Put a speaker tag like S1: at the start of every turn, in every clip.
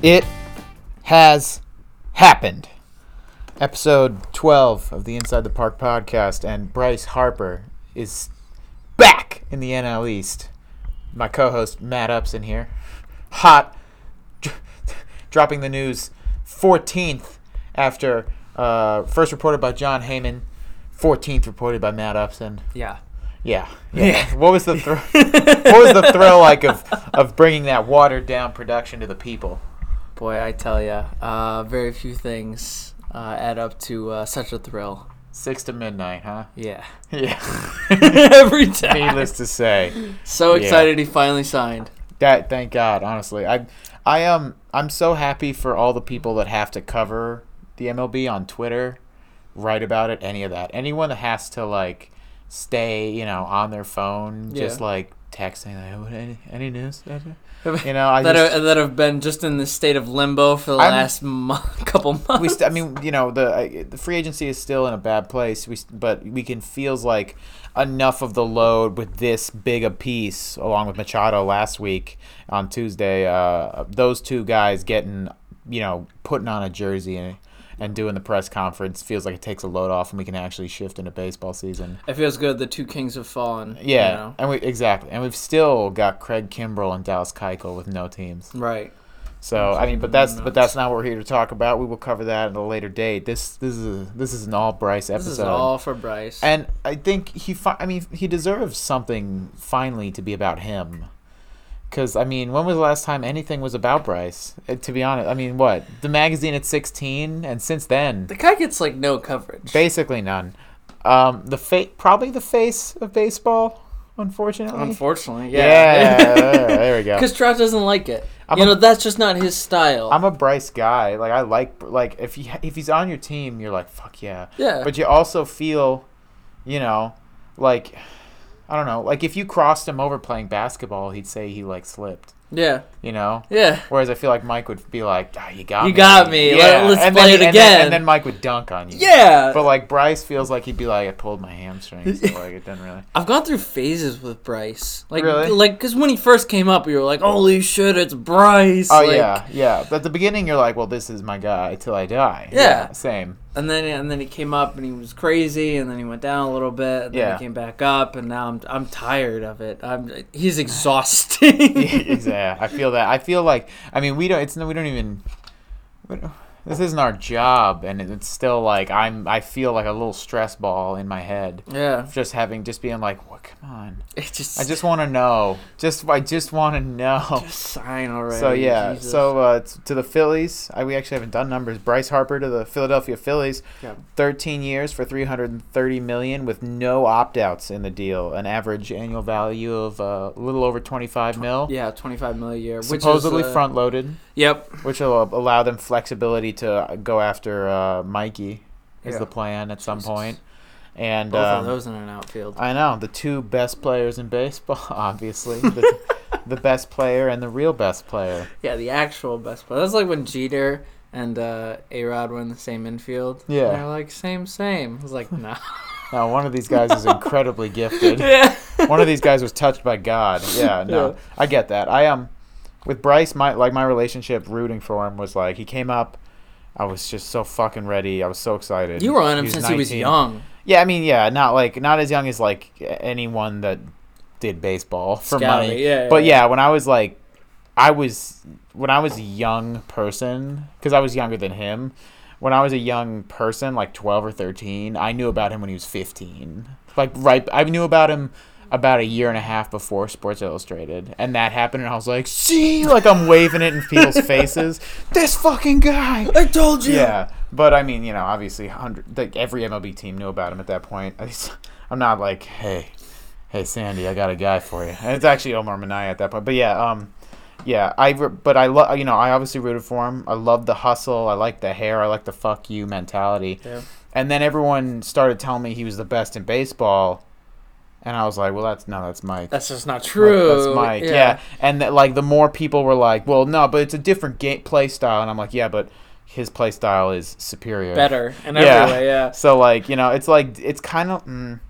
S1: It has happened. Episode 12 of the Inside the Park podcast, and Bryce Harper is back in the NL East. My co host Matt Upson here. Hot, dr- dropping the news 14th after uh, first reported by John Heyman, 14th reported by Matt Upson.
S2: Yeah.
S1: Yeah. Yeah. What was the thr- what was the thrill like of of bringing that watered down production to the people?
S2: Boy, I tell ya, uh, very few things uh, add up to uh, such a thrill.
S1: Six to midnight, huh?
S2: Yeah.
S1: Yeah.
S2: Every time.
S1: Needless to say,
S2: So
S1: Yeah.
S2: excited he finally signed.
S1: that thank God. Honestly, I I am I'm so happy for all the people that have to cover the MLB on Twitter, write about it, any of that. Anyone that has to like stay, you know, on their phone, just
S2: Yeah.
S1: like texting, like, "Oh, any, any news? You know, I
S2: that,
S1: just,
S2: have, that have been just in this state of limbo for the
S1: I'm-
S2: last mo- couple months.
S1: we st- I mean, you know, the I, the free agency is still in a bad place. We st- but we can feels like enough of the load with this big a piece, along with Machado last week on Tuesday. Uh, those two guys getting, you know, putting on a jersey and and doing the press conference feels like it takes a load off, and we can actually shift into baseball season.
S2: it feels good. The two kings have fallen. you
S1: Yeah,
S2: know?
S1: and we exactly, and we've still got Craig Kimbrell and Dallas Keuchel with no teams.
S2: Right.
S1: So I mean, but that's but that's not what we're here to talk about. We will cover that at a later date. This this is a, this is an all Bryce episode,
S2: This is all for Bryce.
S1: and I think he fi- I mean he deserves something finally to be about him, because I mean when was the last time anything was about Bryce? Uh, to be honest, I mean what the magazine at sixteen, and since then
S2: the guy gets like no coverage.
S1: basically none. Um, the fa- probably the face of baseball, unfortunately.
S2: Unfortunately,
S1: yeah,
S2: yeah.
S1: there we go.
S2: Because Trout doesn't like it.
S1: I'm
S2: you
S1: a-
S2: know, that's just not his style.
S1: I'm a Bryce guy. Like I like like if he if he's on your team, you're like fuck yeah.
S2: Yeah.
S1: But you also feel, you know, like I don't know, like if you crossed him over playing basketball, he'd say he like slipped,
S2: yeah.
S1: you know.
S2: Yeah.
S1: Whereas I feel like Mike would be like, ah, "You got
S2: You
S1: me,
S2: got me. Let- let's
S1: and then,
S2: play it
S1: and then-
S2: again.
S1: and then Mike would dunk on you.
S2: Yeah.
S1: But like Bryce feels like he'd be like, "I pulled my hamstring," so like it doesn't really.
S2: I've gone through phases with Bryce. Like,
S1: Really?
S2: like, because when he first came up, we were like, "Holy shit, it's Bryce!"
S1: Oh
S2: like,
S1: yeah, yeah. But at the beginning, you're like, "Well, this is my guy till I die."
S2: Yeah.
S1: same.
S2: And then, and then he came up, and he was crazy, and then he went down a little bit, and then
S1: Yeah.
S2: he came back up, and now I'm, I'm tired of it. I'm, he's exhausting.
S1: yeah, I feel that. I feel like I mean we don't. It's no, we don't even. We don't, this isn't our job, and it- it's still like I'm. I feel like a little stress ball in my head.
S2: yeah,
S1: of Just having, just being like, "What? Come on!
S2: it just,
S1: I just want to know. Just, I just want to know."
S2: sign already.
S1: So yeah.
S2: Jesus.
S1: So uh, t- to the Phillies, I, we actually haven't done numbers. Bryce Harper to the Philadelphia Phillies,
S2: Yeah.
S1: 13 years for 330 million with no opt-outs in the deal, an average annual value of uh, a little over 25 mil.
S2: yeah, 25 mil a year, which
S1: Supposedly
S2: is, uh,
S1: front-loaded
S2: Yep.
S1: which will allow them flexibility to go after uh, Mikey is
S2: Yeah.
S1: the plan at some
S2: Jesus.
S1: point. And
S2: Both
S1: um,
S2: of those in an outfield.
S1: I know the two best players in baseball, obviously the, the best player and the real best player.
S2: Yeah, the actual best player. That's like when Jeter and uh, A Rod were in the same infield.
S1: Yeah.
S2: And they're like, same, same. I was like, nah.
S1: Now one of these guys is incredibly gifted.
S2: yeah.
S1: One of these guys was touched by God. Yeah, no,
S2: Yeah.
S1: I get that. I um, with Bryce, my like my relationship rooting for him was like he came up. I was just so fucking ready. I was so excited.
S2: You were on him since he was
S1: 19.
S2: young.
S1: Yeah, I mean, yeah, not like not as young as like anyone that did baseball for
S2: Scouting,
S1: money.
S2: yeah, yeah,
S1: but
S2: yeah.
S1: yeah, when I was like, I was when I was a young person because I was younger than him. When I was a young person, like twelve or thirteen, I knew about him when he was fifteen. Like right, I knew about him about a year and a half before Sports Illustrated, and that happened, and I was like, "See, like I'm waving it in people's faces. This fucking guy."
S2: I told you.
S1: Yeah, but I mean, you know, obviously, hundred like every MLB team knew about him at that point. I just, I'm not like, hey, hey, Sandy, I got a guy for you. And it's actually Omar Minaya at that point. But yeah, um, yeah, I re- but I love you know I obviously rooted for him. I love the hustle. I like the hair. I like the fuck you mentality.
S2: Yeah.
S1: And then everyone started telling me he was the best in baseball, and I was like, well, that's no, that's Mike.
S2: That's just not true.
S1: That's Mike. Yeah. And that, like the more people were like, well, no, but it's a different game play style, and I'm like, yeah, but his play style is superior.
S2: Better in
S1: Yeah.
S2: every way, yeah.
S1: So like you know, it's like it's kind of. Mm,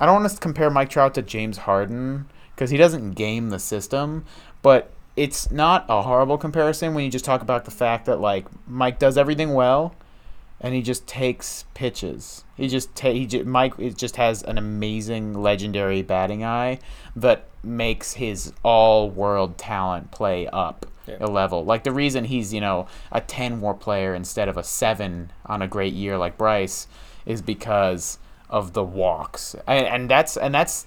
S1: I don't want to compare Mike Trout to James Harden because he doesn't game the system, but it's not a horrible comparison when you just talk about the fact that like Mike does everything well, and he just takes pitches. He just ta- he ju- Mike it just has an amazing legendary batting eye that makes his all world talent play up
S2: Yeah.
S1: a level. Like the reason he's you know a ten WAR player instead of a seven on a great year like Bryce is because of the walks, and, and that's and that's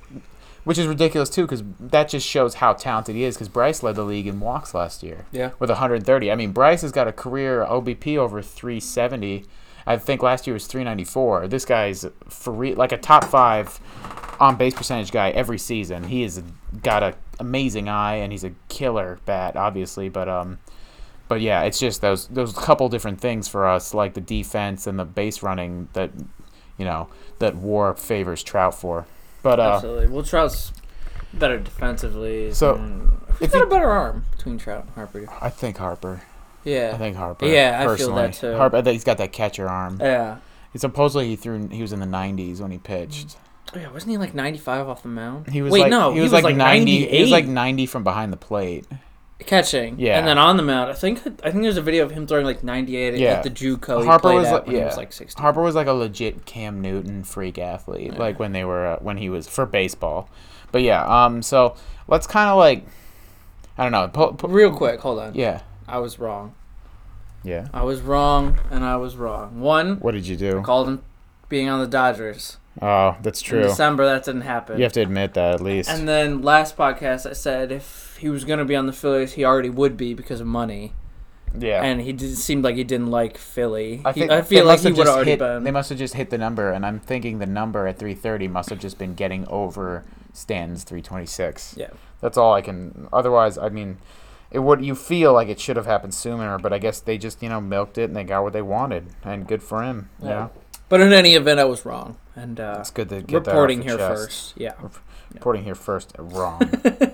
S1: which is ridiculous too because that just shows how talented he is because Bryce led the league in walks last year
S2: Yeah.
S1: with 130. I mean, Bryce has got a career OBP over 370. I think last year was 394. This guy's for re- like a top five on base percentage guy every season. He has got a amazing eye and he's a killer bat, obviously. But um, but yeah, it's just those those couple different things for us, like the defense and the base running that you know that WAR favors Trout for. But uh,
S2: Absolutely. Well, Trout's better defensively.
S1: So,
S2: and- he's
S1: if
S2: got
S1: you-
S2: a better arm between Trout and Harper.
S1: I think Harper.
S2: Yeah.
S1: I think Harper.
S2: Yeah, I feel
S1: personally.
S2: that too.
S1: Harper, I think he's got that catcher arm.
S2: yeah.
S1: He supposedly he threw. He was in the 90s when he pitched.
S2: Oh, yeah. Wasn't he like 95 off the mound?
S1: He was
S2: Wait,
S1: like,
S2: no.
S1: he was, like, 90.
S2: 98
S1: He was like 90 from behind the plate.
S2: catching.
S1: Yeah.
S2: And then on the mound, I think I think there's a video of him throwing like 98
S1: Yeah.
S2: at the
S1: Harper
S2: JUCO. Harper
S1: was
S2: was
S1: like-
S2: like, yeah. he was
S1: yeah.
S2: like 60.
S1: Harper was like a legit Cam Newton freak athlete, like when they were uh, when he was for baseball. But yeah, um, so let's kind of like, I don't know, pu- pu-
S2: Real quick, hold on.
S1: yeah,
S2: I was wrong.
S1: yeah.
S2: I was wrong, and I was wrong. One
S1: What did you do?
S2: called him being on the Dodgers.
S1: Oh, that's
S2: In
S1: true.
S2: December, that didn't happen.
S1: You have to admit that at least.
S2: And then last podcast, I said if he was going to be on the Phillies, he already would be because of money.
S1: yeah.
S2: And he did, seemed like he didn't like Philly.
S1: I
S2: He-
S1: think
S2: I
S1: they
S2: feel like
S1: must
S2: he
S1: have
S2: would have
S1: just
S2: already
S1: hit,
S2: been.
S1: They must have just hit the number, and I'm thinking the number at 3:30 must have just been getting over Stan's 326.
S2: Yeah.
S1: that's all I can. Otherwise, I mean, it would you feel like it should have happened sooner, but I guess they just you know milked it and they got what they wanted, and good for him. Yeah,
S2: Yeah. but in any event, I was wrong. And uh,
S1: it's good to get
S2: reporting
S1: that
S2: here
S1: off the chest.
S2: first. Yeah.
S1: Reporting here first, wrong.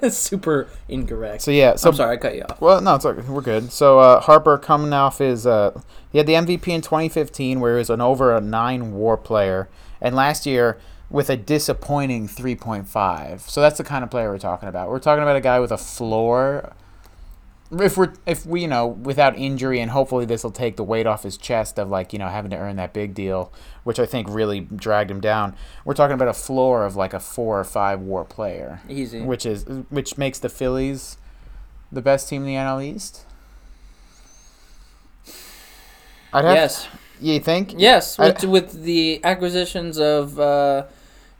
S2: Super incorrect.
S1: so yeah, so
S2: I'm sorry, I cut you off.
S1: Well, no, it's okay. We're good. So uh, Harper coming off his, uh, he had the MVP in 2015, where he was an over a nine WAR player, and last year with a disappointing 3.5. So that's the kind of player we're talking about. We're talking about a guy with a floor. If we're if we you know without injury and hopefully this will take the weight off his chest of like you know having to earn that big deal, which I think really dragged him down. We're talking about a floor of like a four or five WAR player
S2: Easy.
S1: which is which makes the Phillies the best team in the NL East. I'd have
S2: Yes.
S1: you think?
S2: Yes.
S1: I-
S2: With, with the acquisitions of, uh,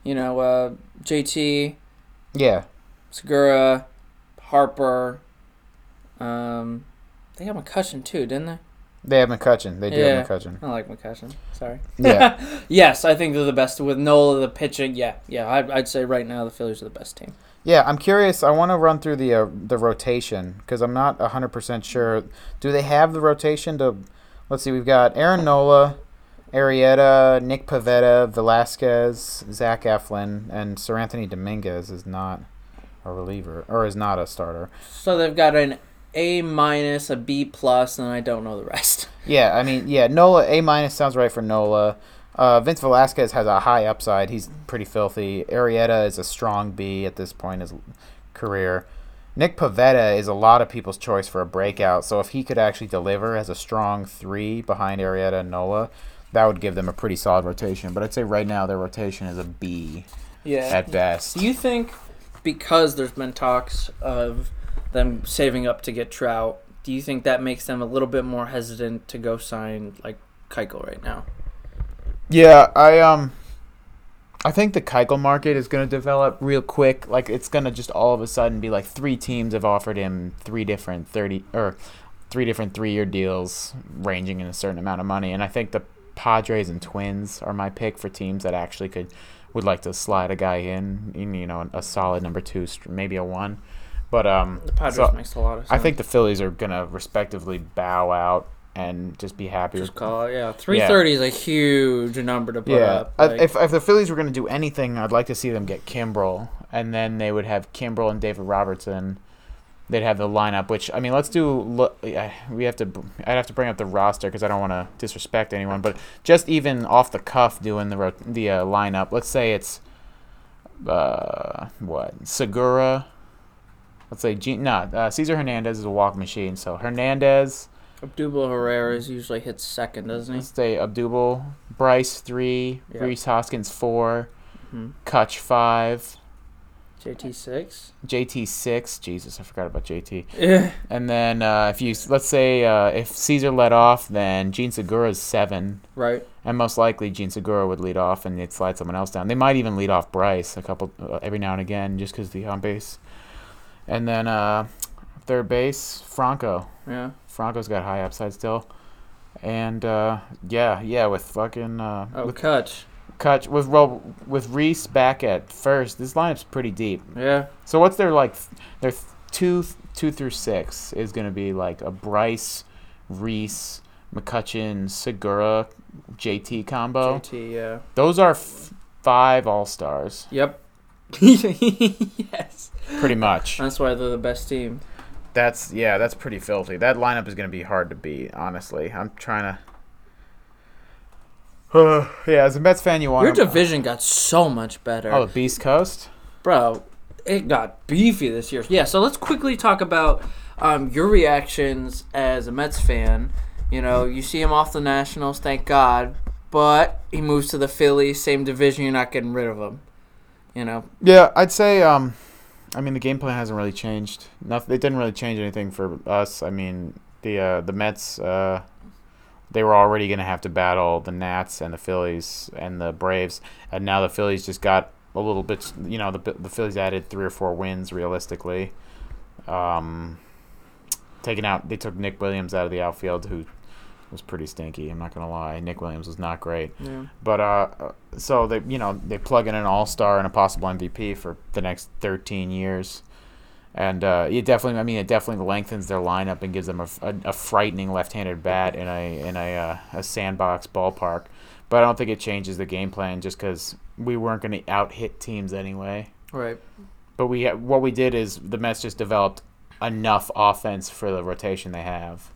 S2: you know, uh, JT,
S1: Yeah.
S2: Segura, Harper. Um, they got McCutcheon too, didn't they?
S1: They have McCutcheon. They do
S2: Yeah.
S1: have McCutcheon.
S2: I like McCutcheon. Sorry.
S1: Yeah.
S2: yes, I think they're the best with Nola the pitching. Yeah, yeah. I, I'd say right now the Phillies are the best team.
S1: yeah, I'm curious. I want to run through the uh, the rotation because I'm not 100% sure. Do they have the rotation to. Let's see, we've got Aaron Nola, Arietta, Nick Pavetta, Velasquez, Zach Eflin, and Sir Anthony Dominguez is not a reliever, or is not a starter.
S2: So they've got an A minus, a B plus, and I don't know the rest.
S1: Yeah, I mean, yeah, Nola A minus sounds right for Nola. Uh, Vince Velasquez has a high upside. He's pretty filthy. Arietta is a strong B at this point in his career. Nick Pavetta is a lot of people's choice for a breakout. So if he could actually deliver as a strong three behind Arietta and Nola, that would give them a pretty solid rotation. But I'd say right now their rotation is a B
S2: Yeah.
S1: at best.
S2: Do you think because there's been talks of them saving up to get Trout, do you think that makes them a little bit more hesitant to go sign like Keuchel right now?
S1: Yeah, I um, I think the Keuchel market is going to develop real quick. Like it's going to just all of a sudden be like three teams have offered him three different thirty or three different three-year deals ranging in a certain amount of money. And I think the Padres and Twins are my pick for teams that actually could would like to slide a guy in, in you know, a solid number two, str- maybe a one. But um,
S2: The Padres
S1: so
S2: makes a lot of
S1: I
S2: sense.
S1: think the Phillies are going to respectively bow out and just be happy with
S2: just call it. Yeah, three thirty is a huge number to put
S1: Yeah,
S2: up.
S1: I-
S2: like-
S1: if, if the Phillies were going to do anything, I'd like to see them get Kimbrel, and then they would have Kimbrel and David Robertson. They'd have the lineup, which I mean, let's do. lo- I- We have to. br- I'd have to bring up the roster because I don't want to disrespect anyone, but just even off the cuff, doing the ro- the uh, lineup. Let's say it's uh, what Segura, Let's say Gene, no, uh, Cesar Hernandez is a walk machine. So Hernandez,
S2: Abdul Herrera's usually hits second, doesn't he?
S1: let's say Abdul, Bryce three,
S2: Yeah.
S1: Reese Hoskins 4
S2: Mhm.
S1: Kutch five,
S2: JT six.
S1: JT six. Jesus, I forgot about JT.
S2: Yeah.
S1: And then uh, if you let's say uh, if Caesar led off, then Gene Segura's seven,
S2: Right.
S1: and most likely Gene Segura would lead off, and they'd slide someone else down. They might even lead off Bryce a couple uh, every now and again, just because the on base. And then uh, third base Franco.
S2: Yeah.
S1: Franco's got high upside still, and uh, yeah, yeah, with fucking uh,
S2: Oh,
S1: with
S2: Kutch.
S1: Kutch with well, with Reese back at first. This lineup's pretty deep.
S2: Yeah.
S1: So what's their like? th- Their th- two two through six is going to be like a Bryce, Reese, McCutcheon, Segura, JT combo.
S2: JT. Yeah.
S1: Those are f- five all stars,
S2: Yep. yes.
S1: pretty much.
S2: That's why they're the best team.
S1: That's yeah, that's pretty filthy. That lineup is going to be hard to beat. Honestly, I'm trying to. yeah, as a Mets fan, you want
S2: Your
S1: to
S2: division got so much better.
S1: Oh, the Beast Coast.
S2: bro, it got beefy this year. Yeah, so let's quickly talk about um, your reactions as a Mets fan. You know, you see him off the Nationals, thank God, but he moves to the Phillies, same division. You're not getting rid of him. You know,
S1: Yeah, I'd say. Um, I mean, the game plan hasn't really changed. Nothing. It didn't really change anything for us. I mean, the uh, the Mets. Uh, they were already going to have to battle the Nats and the Phillies and the Braves, and now the Phillies just got a little bit. You know, the the Phillies added three or four wins realistically. Um, taking out, they took Nick Williams out of the outfield, who was pretty stinky. I'm not gonna lie, Nick Williams was not great.
S2: yeah.
S1: But uh, so they you know they plug in an all star and a possible MVP for the next 13 years, and uh, it definitely I mean it definitely lengthens their lineup and gives them a, a, a frightening left handed bat in a in a uh, a sandbox ballpark. But I don't think it changes the game plan just because we weren't going to out hit teams anyway.
S2: right.
S1: But we ha- what we did is the Mets just developed enough offense for the rotation they have.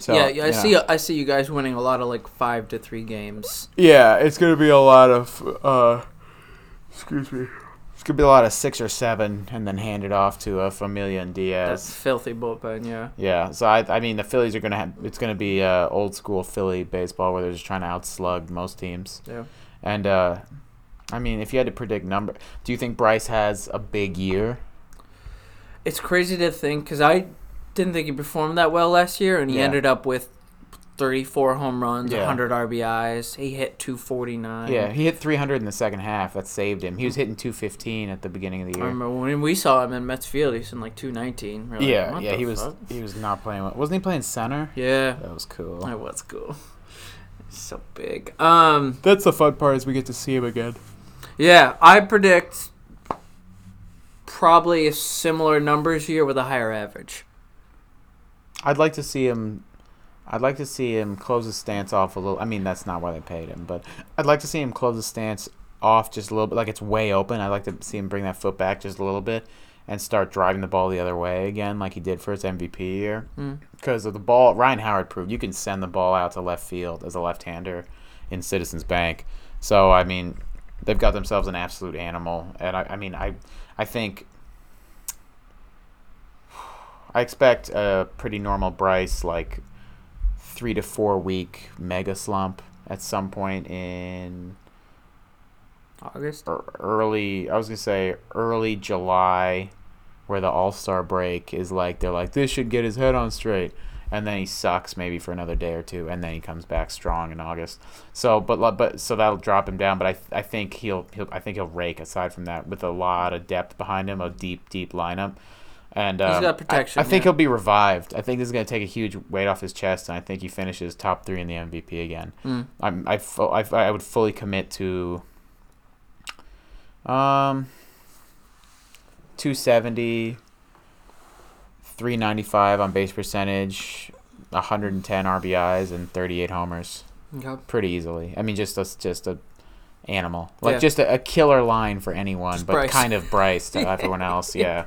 S1: So
S2: yeah, yeah, I see. I see you guys winning a lot of like five to three games.
S1: Yeah, it's gonna be a lot of uh, excuse me. It's gonna be a lot of six or seven, and then hand it off to uh, Familia and
S2: That's
S1: Diaz.
S2: filthy bullpen. Yeah.
S1: Yeah, so I, I mean the Phillies are gonna have it's gonna be uh, old school Philly baseball where they're just trying to outslug most teams.
S2: Yeah.
S1: And uh, I mean if you had to predict number, do you think Bryce has a big year?
S2: It's crazy to think because I didn't think he performed that well last year, and he
S1: Yeah.
S2: ended up with 34 home runs,
S1: Yeah.
S2: 100 RBIs. He hit 249.
S1: Yeah, he hit 300 in the second half. That saved him. He was hitting 215 at the beginning of the
S2: I
S1: year.
S2: remember when we saw him in Mets Field, he's in like 219. We're like,
S1: Yeah,
S2: "What
S1: yeah,
S2: the
S1: he was
S2: fuck?"
S1: he was not playing. well. Wasn't he playing center?
S2: Yeah,
S1: That was cool.
S2: that was cool. So big. Um,
S1: That's the fun part is we get to see him again.
S2: yeah, I predict probably similar numbers here with a higher average.
S1: I'd like to see him. I'd like to see him close his stance off a little. I mean, that's not why they paid him, but I'd like to see him close his stance off just a little bit. Like it's way open. I'd like to see him bring that foot back just a little bit and start driving the ball the other way again, like he did for his MVP year.
S2: Mm.
S1: Because of the ball, Ryan Howard proved you can send the ball out to left field as a left-hander in Citizens Bank. So I mean, they've got themselves an absolute animal, and I, I mean, I, I think I expect a pretty normal Bryce, like three to four week mega slump at some point in
S2: August.
S1: ear- early. I was gonna say early July, where the All Star break is like they're like this should get his head on straight, and then he sucks maybe for another day or two, and then he comes back strong in August. So, but lo- but so that'll drop him down. But I I think he'll he'll I think he'll rake aside from that with a lot of depth behind him, a deep deep lineup. And um,
S2: He's got
S1: I-
S2: protection,
S1: I, think
S2: yeah.
S1: he'll be revived. I think this is going to take a huge weight off his chest, and I think he finishes top three in the MVP again.
S2: Mm.
S1: I'm, I, fu- I, I would fully commit to um 270 395 on base percentage 110 RBIs and 38 homers
S2: Okay.
S1: pretty easily. I mean just a, just a animal. Like
S2: Yeah.
S1: just a, a killer line for anyone
S2: Just
S1: but
S2: Bryce.
S1: kind of Bryce to everyone else, yeah.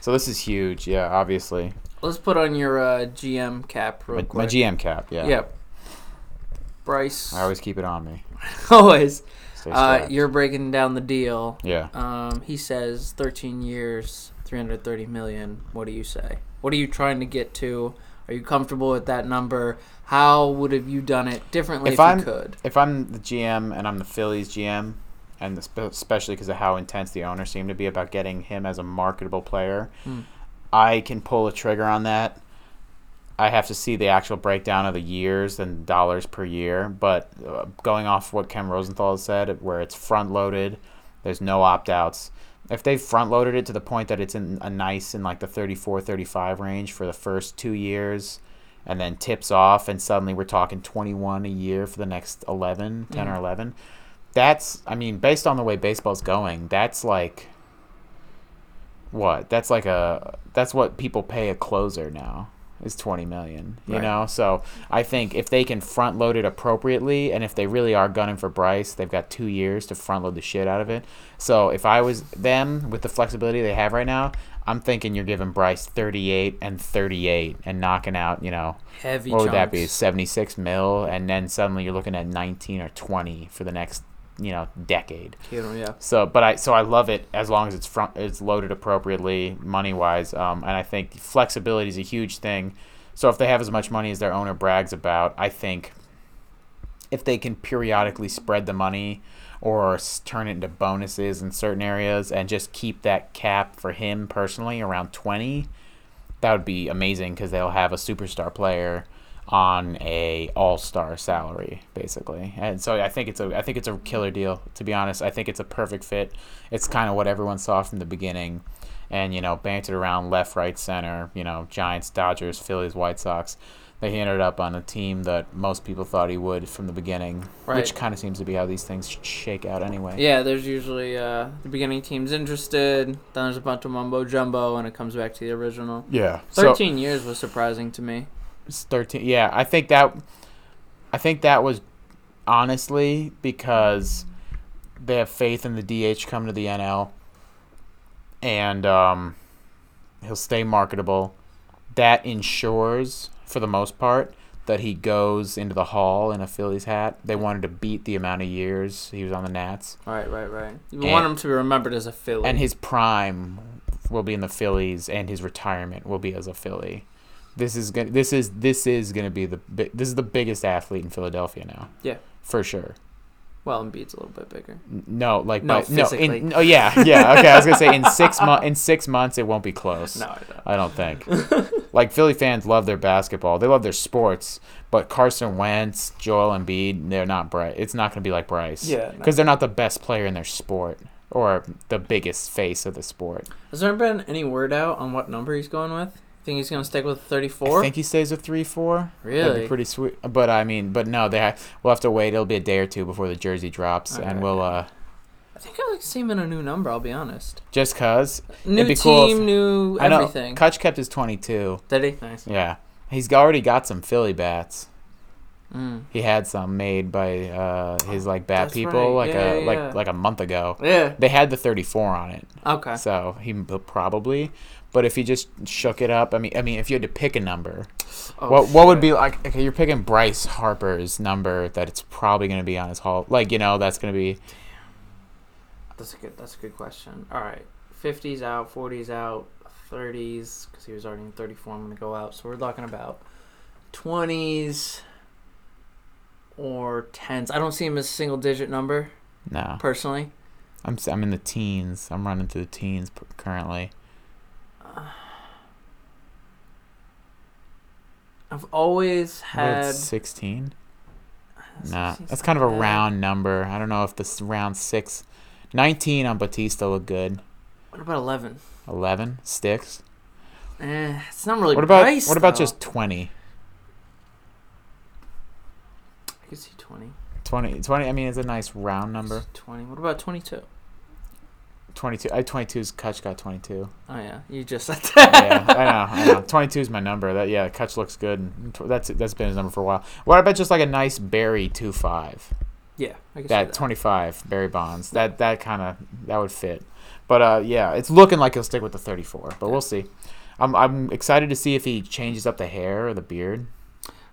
S1: So this is huge, yeah, obviously.
S2: Let's put on your uh, GM cap real
S1: My,
S2: quick.
S1: my GM cap, yeah.
S2: Yeah. Bryce.
S1: I always keep it on me.
S2: always.
S1: Stay
S2: Uh,
S1: strapped.
S2: you're breaking down the deal.
S1: yeah.
S2: Um, he says 13 years, 330 million. What do you say? What are you trying to get to? Are you comfortable with that number? How would have you done it differently if,
S1: If I'm-
S2: you could?
S1: If I'm the GM and I'm the Phillies GM, and espe- especially because of how intense the owner seemed to be about getting him as a marketable player,
S2: Hmm.
S1: I can pull a trigger on that. I have to see the actual breakdown of the years and dollars per year, but uh, going off what Ken Rosenthal has said, where it's front loaded, there's no opt outs. If they front loaded it to the point that it's in a nice in like the 34 35 range for the first two years and then tips off, and suddenly we're talking 21 a year for the next 11, 10 or
S2: Mhm.
S1: 11, that's, I mean, based on the way baseball's going, that's like what that's like a that's what people pay a closer now is 20 million you
S2: Right.
S1: know so i think if they can front load it appropriately and if they really are gunning for bryce they've got two years to front load the shit out of it so if i was them with the flexibility they have right now i'm thinking you're giving bryce 38 and 38 and knocking out you know
S2: Heavy
S1: what
S2: chunks.
S1: would that be 76 mil and then suddenly you're looking at 19 or 20 for the next you know decade
S2: You know, yeah.
S1: so, but I so I love it as long as it's front it's loaded appropriately money wise, um, and I think flexibility is a huge thing. So if they have as much money as their owner brags about, I think if they can periodically spread the money or s- turn it into bonuses in certain areas and just keep that cap for him personally around twenty, that would be amazing because they'll have a superstar player on a all-star salary basically and so i think it's a i think it's a killer deal to be honest i think it's a perfect fit it's kind of what everyone saw from the beginning and you know bantered around left right center you know giants dodgers phillies white sox they ended up on a team that most people thought he would from the beginning
S2: Right.
S1: which kind of seems to be how these things shake out anyway
S2: Yeah, there's usually uh, the beginning team's interested. Then there's a bunch of mumbo jumbo, and it comes back to the original.
S1: yeah so
S2: Thirteen years was surprising to me.
S1: It's 13 yeah i think that i think that was honestly because they have faith in the dh coming to the nl and um, he'll stay marketable that ensures for the most part that he goes into the hall in a phillies hat they wanted to beat the amount of years he was on the nats
S2: Right, right, right. You
S1: And-
S2: want him to be remembered as a Philly.
S1: and his prime will be in the Phillies, and his retirement will be as a Philly. This is gonna. This is this is gonna be the. bi- This is the biggest athlete in Philadelphia now.
S2: Yeah.
S1: for sure.
S2: well, Embiid's a little bit bigger.
S1: N- No, like
S2: No,
S1: by- no, in,
S2: physically.
S1: oh yeah, yeah. Okay, I was gonna say in six months. In six months, it won't be close.
S2: No, I don't.
S1: I don't think. like Philly fans love their basketball. They love their sports, but Carson Wentz, Joel Embiid, they're not Bryce. It's not going to be like Bryce.
S2: Yeah, no.
S1: Cuz they're not the best player in their sport or the biggest face of the sport.
S2: Has there been any word out on what number he's going with? Think he's gonna stick with
S1: I
S2: thirty-four?
S1: think he stays with 3-4. That'd
S2: Really?
S1: be pretty sweet. But I mean, but no, they ha- we'll have to wait. It'll be a day or two before the jersey drops
S2: Okay.
S1: and we'll uh
S2: I think I like to see him in a new number. I'll be honest.
S1: just cuz
S2: New
S1: be
S2: team,
S1: cool if-
S2: new
S1: I know
S2: everything.
S1: Kutch kept his 22.
S2: Did he? Nice.
S1: Yeah. He's already got some Philly bats.
S2: Mm.
S1: He had some made by uh, his like bat
S2: That's
S1: people
S2: right.
S1: like
S2: Yeah,
S1: a
S2: yeah, yeah.
S1: like like a month ago.
S2: Yeah.
S1: They had the 34 on it,
S2: Okay.
S1: so he m- probably. But if he just shook it up, I mean, I mean, if you had to pick a number,
S2: Oh,
S1: what what would
S2: shit.
S1: be like? Okay, you're picking Bryce Harper's number that it's probably going to be on his hall. Like you know, that's going to be
S2: That's a good. That's a good question. All right, fifties out, forties out, thirties because he was already in thirty-four. I'm gonna go out. So we're talking about twenties or tens. I don't see him as a single-digit number
S1: no.
S2: personally.
S1: I'm s- I'm in the teens. I'm running through the teens p- currently.
S2: I've always had.
S1: 16. Nah,
S2: 16 's
S1: that's kind of a
S2: not bad.
S1: round number. I don't know if this round six, 19 on Batista looked good.
S2: What about eleven?
S1: 11 sticks.
S2: Eh, it's not really.
S1: what about
S2: Bryce,
S1: what about
S2: though.
S1: just 20?
S2: I could see twenty.
S1: 20 20 I mean it's a nice round number.
S2: Twenty. What about twenty-two?
S1: 22 I 22's Kutch got 22.
S2: Oh yeah, you just said
S1: Yeah, I know. I know. 22 is my number. That yeah, Kutch looks good. and tw- That's that's been his number for a while. What about just like a nice Barry 25?
S2: yeah. I could see
S1: That 25 Barry Bonds. That that kind of that would fit. But uh yeah, it's looking like he'll stick with the 34, but we'll see. I'm I'm excited to see if he changes up the hair or the beard.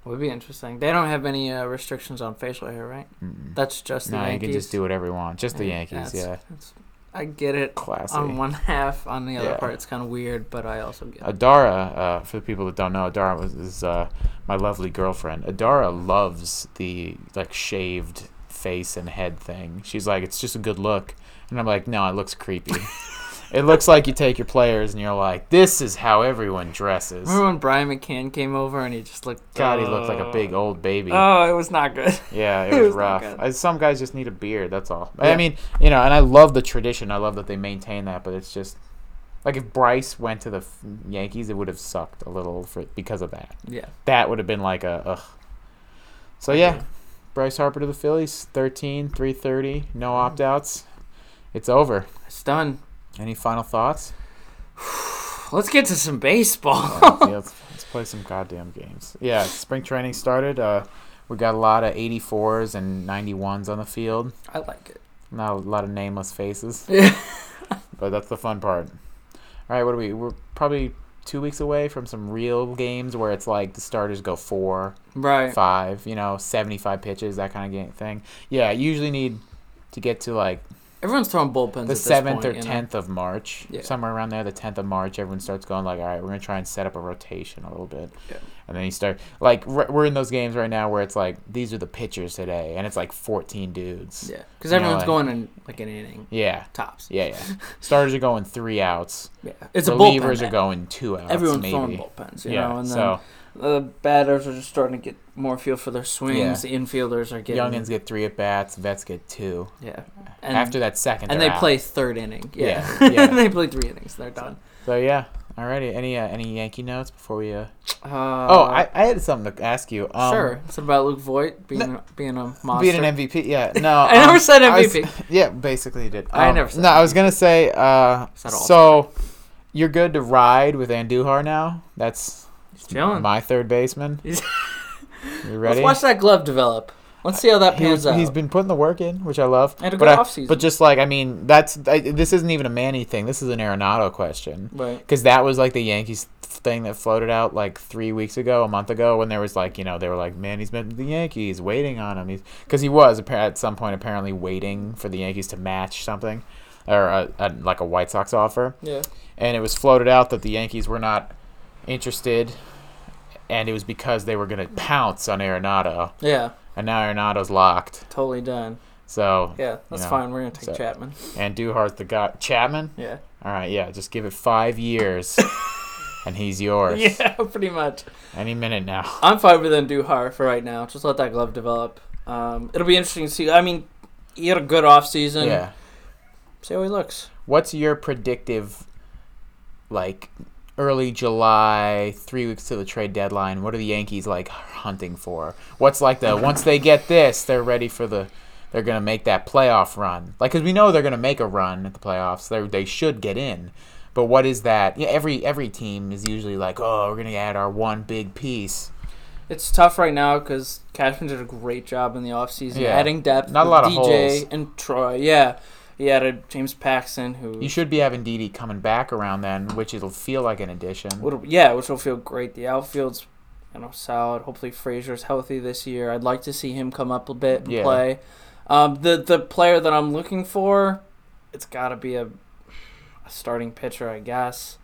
S2: Would be interesting. They don't have any uh, restrictions on facial hair, right?
S1: Mm-mm.
S2: That's just the
S1: No, you
S2: Yankees.
S1: can just do whatever you want. Just the
S2: Yeah,
S1: Yankees,
S2: that's-
S1: yeah.
S2: that's- I get it.
S1: Classy.
S2: On one half, on the other
S1: Yeah.
S2: part, it's kind of weird, but I also get it.
S1: Adara, uh, for the people that don't know, Adara was, is uh, my lovely girlfriend. Adara loves the like shaved face and head thing. She's like, it's just a good look, and I'm like, no, it looks creepy. it looks like you take your players and you're like, this is how everyone dresses.
S2: Remember when Brian McCann came over and he just looked.
S1: God, he looked like a big old baby.
S2: Oh, it was not good.
S1: Yeah, it,
S2: It
S1: was,
S2: was not
S1: rough.
S2: good.
S1: I, some guys just need a beard. That's all. I
S2: Yeah.
S1: mean, you know, and I love the tradition. I love that they maintain that, but it's just like if Bryce went to the f- Yankees, it would have sucked a little for because of that.
S2: Yeah.
S1: That would have been like a ugh. So yeah, Bryce Harper to the Phillies, 13, 330, no opt outs. It's over.
S2: It's done.
S1: Any final thoughts?
S2: Let's get to some baseball.
S1: yeah, let's, let's play some goddamn games. Yeah, spring training started. Uh, we got a lot of 84s and 91s on the field.
S2: I like it.
S1: Not a lot of nameless faces.
S2: Yeah.
S1: but that's the fun part. All right, what are we? We're probably two weeks away from some real games where it's like the starters go four,
S2: Right.
S1: five, you know, 75 pitches, that kind of game thing. Yeah, you usually need to get to like
S2: Everyone's throwing bullpens.
S1: the
S2: at this
S1: 7th
S2: point,
S1: or
S2: you know?
S1: 10th of March,
S2: Yeah.
S1: somewhere around there, the 10th of March, everyone starts going like, all right, we're going to try and set up a rotation a little bit.
S2: Yeah.
S1: And then you start, like, r- we're in those games right now where it's like, these are the pitchers today, and it's like 14 dudes.
S2: Yeah, because
S1: You know,
S2: everyone's
S1: like-
S2: going in like an inning
S1: yeah.
S2: tops.
S1: Yeah, yeah. Starters are going three outs.
S2: Yeah, it's a bullpen.
S1: Relievers are
S2: then.
S1: going two outs.
S2: Everyone's
S1: maybe.
S2: throwing bullpens, you
S1: yeah.
S2: know, and then
S1: so
S2: the batters are just starting to get more feel for their swings. The infielders are getting
S1: youngins get three at bats. Vets get two.
S2: yeah, and,
S1: After that second,
S2: and they
S1: they're out.
S2: play third inning. Yeah,
S1: Yeah, yeah.
S2: they play three innings. They're done.
S1: So yeah. Alrighty. Any uh, any Yankee notes before we? Uh...
S2: Uh,
S1: oh, I, I had something to ask you. Um,
S2: sure. It's about Luke Voigt being being a monster.
S1: Being an MVP, yeah. No, um,
S2: I never said
S1: I was-
S2: MVP.
S1: yeah, basically you did.
S2: I
S1: Um,
S2: never said
S1: No, I was gonna say. Uh,
S2: Said all
S1: so you're good to ride with Andujar now. That's
S2: He's chilling.
S1: my third baseman.
S2: He's-
S1: you
S2: Let's
S1: ready?
S2: watch that glove develop. Let's see how that
S1: he
S2: pans
S1: was,
S2: out.
S1: he's been putting the work in, which I love.
S2: Had a
S1: but
S2: good
S1: I-
S2: offseason.
S1: But just like I mean, that's I, this isn't even a Manny thing. This is an Arenado question
S2: right.
S1: because that was like the Yankees thing that floated out like three weeks ago, a month ago, when there was like you know they were like Manny's been to the Yankees, waiting on him. He's because he was appa- at some point apparently waiting for the Yankees to match something or uh, a, a, like a White Sox offer
S2: Yeah.
S1: and it was floated out that the Yankees were not interested, and it was because they were going to pounce on Arenado,
S2: Yeah.
S1: and now Arenado's locked.
S2: Totally done.
S1: So
S2: Yeah. That's
S1: Yeah.
S2: fine. We're gonna take
S1: So-
S2: Chapman.
S1: and Duhart's the guy. Chapman.
S2: Yeah.
S1: All right, yeah, just give it five years, and he's yours.
S2: Yeah. Pretty much.
S1: Any minute now.
S2: I'm fine with Andujar for right now. Just let that glove develop. Um, it'll be interesting to see. I mean, he had a good offseason.
S1: Yeah.
S2: See how he looks.
S1: What's your predictive, like, early July, three weeks to the trade deadline? What are the Yankees like hunting for? What's like the once they get this, they're ready for the. They're gonna make that playoff run, like because we know they're gonna make a run at the playoffs. They they should get in, but what is that? Yeah, every every team is usually like, oh, we're gonna add our one big piece.
S2: It's tough right now because Cashman did a great job in the offseason,
S1: Yeah.
S2: adding depth.
S1: Not a
S2: with
S1: lot of
S2: DJ
S1: holes.
S2: and Troy. Yeah. He added James Paxton, who.
S1: You should be having DD coming back around then, which it'll feel like an addition.
S2: would, yeah, which will feel great. The outfield's, you know, solid. Hopefully Frazier's healthy this year. I'd like to see him come up a bit and
S1: Yeah.
S2: play. Um, the the player that I'm looking for, it's got to be a, a starting pitcher, I guess.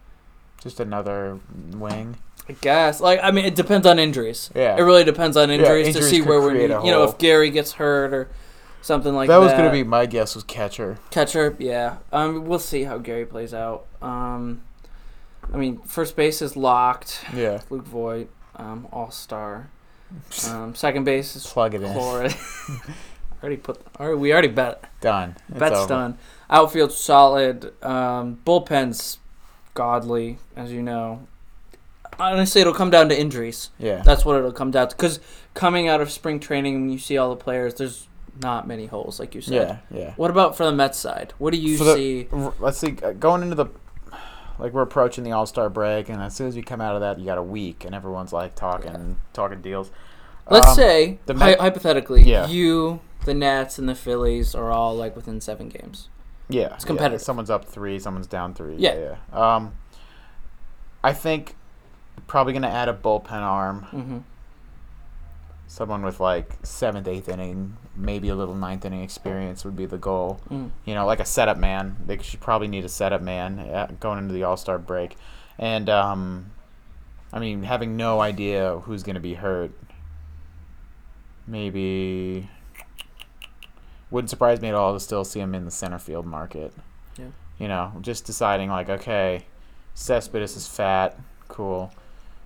S1: Just another wing.
S2: I guess. Like, I mean, it depends on injuries.
S1: Yeah.
S2: It really depends on injuries,
S1: injuries
S2: to see
S1: could
S2: where we're.
S1: create a
S2: You know,
S1: hole.
S2: if Gary gets hurt or something like that.
S1: that was going to be my guess was catcher.
S2: catcher. Yeah. Um, we'll see how Gary plays out. Um, I mean, first base is locked.
S1: Yeah.
S2: Luke Voigt, um, all star. Um, second base is
S1: Plug it in.
S2: Flores. already put. Already, we already bet.
S1: Done. It's
S2: Bet's
S1: over.
S2: done. Outfield solid. Um, bullpen's godly, as you know. Honestly, it'll come down to injuries.
S1: Yeah.
S2: That's what it'll come down to. Because coming out of spring training, when you see all the players, there's not many holes, like you said.
S1: Yeah. Yeah.
S2: What about for the Mets side? What do you
S1: For the-
S2: see?
S1: R- Let's see. uh, Going into the. Like we're approaching the All Star break, and as soon as we come out of that, you got a week, and everyone's like talking, talking deals.
S2: Let's
S1: Um,
S2: say,
S1: the
S2: hy-
S1: Met-
S2: hypothetically,
S1: Yeah.
S2: you, the Nats, and the Phillies are all like within seven games.
S1: Yeah,
S2: It's
S1: yeah,
S2: competitive.
S1: someone's up three, someone's down three.
S2: Yeah.
S1: yeah. yeah. Um,
S2: Mm-hmm.
S1: I think probably gonna add a bullpen arm.
S2: hmm
S1: someone with like seventh, eighth inning, maybe a little ninth inning experience would be the goal.
S2: Mm.
S1: You know, like a setup man. They should probably need a setup man uh, going into the All Star break, and um, I mean, having no idea who's going to be hurt, maybe wouldn't surprise me at all to still see him in the center field market.
S2: Yeah.
S1: You know, just deciding like, okay, Cespedes is fat, cool.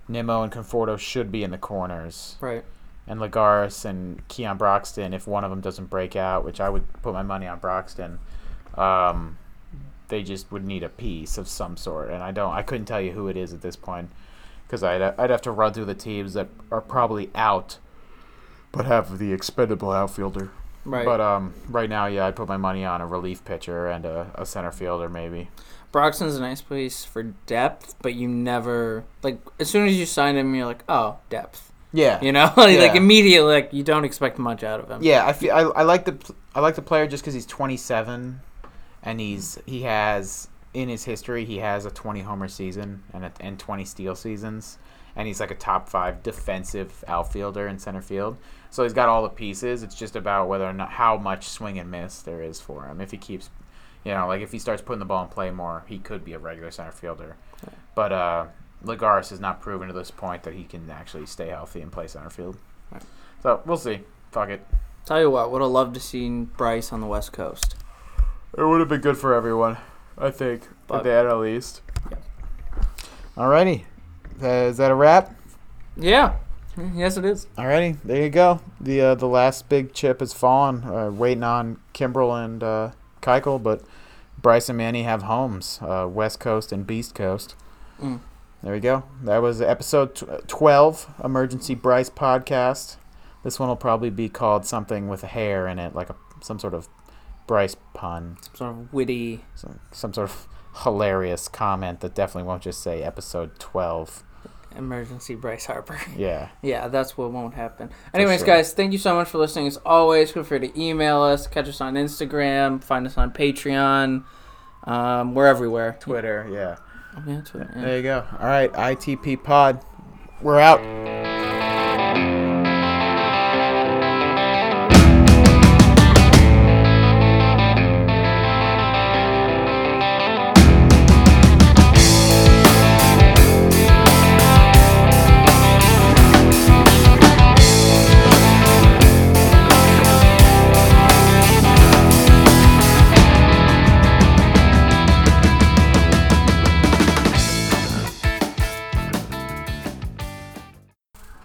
S1: Nimmo and Conforto should be in the corners
S2: Right.
S1: and Lagares and Keon Broxton, if one of them doesn't break out, which I would put my money on Broxton, um, they just would need a piece of some sort. And I don't, I couldn't tell you who it is at this point because I'd, I'd have to run through the teams that are probably out, but have the expendable outfielder.
S2: Right.
S1: But um, right now, yeah, I'd put my money on a relief pitcher and a, a center fielder maybe.
S2: Broxton's a nice place for depth, but you never like as soon as you sign him, you're like, oh, depth.
S1: Yeah,
S2: You know, like,
S1: Yeah.
S2: immediately, like you don't expect much out of him.
S1: Yeah, I feel I, I like the pl- I like the player just because he's 27, and he's he has in his history he has a 20 homer season and a, and 20 steal seasons, and he's like a top five defensive outfielder in center field. So he's got all the pieces. It's just about whether or not how much swing and miss there is for him. If he keeps, you know, like if he starts putting the ball in play more, he could be a regular center fielder. But uh, Lagares has not proven to this point that he can actually stay healthy and play center field.
S2: Right.
S1: So we'll see. Fuck it.
S2: Tell you what, would have loved to seen Bryce on the West Coast.
S1: It would have been good for everyone, I think,
S2: But-
S1: at the at least.
S2: Yeah.
S1: Alrighty. That- Is that a wrap?
S2: Yeah. Yes, it is.
S1: Alrighty. There you go. The uh, the last big chip has fallen. Uh, waiting on Kimbrel and uh, Keuchel, but Bryce and Manny have homes, uh, West Coast and Beast Coast.
S2: Mm.
S1: There we go. That was episode tw- 12, Emergency Bryce Podcast. This one will probably be called something with a hair in it, like a, some sort of Bryce pun.
S2: Some sort of witty.
S1: some, some sort of hilarious comment that definitely won't just say episode 12.
S2: Emergency Bryce Harper.
S1: Yeah.
S2: yeah, that's what won't happen. Anyways,
S1: sure.
S2: guys, thank you so much for listening. As always, feel free to email us, catch us on Instagram, find us on Patreon. Um, we're everywhere.
S1: Twitter, yeah.
S2: Oh, yeah, Twitter, yeah.
S1: There you go. All right, ITP Pod. We're out.